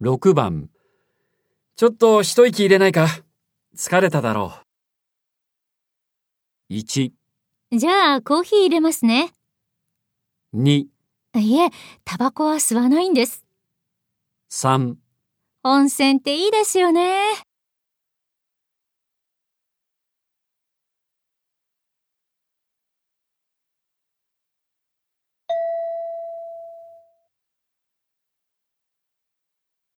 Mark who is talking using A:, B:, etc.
A: 6番。ちょっと一息入れないか疲れただろう。1、
B: じゃあ、コーヒー入れますね。
A: 2、
B: いえ、タバコは吸わないんです。
A: 3
B: 温泉っていいですよね。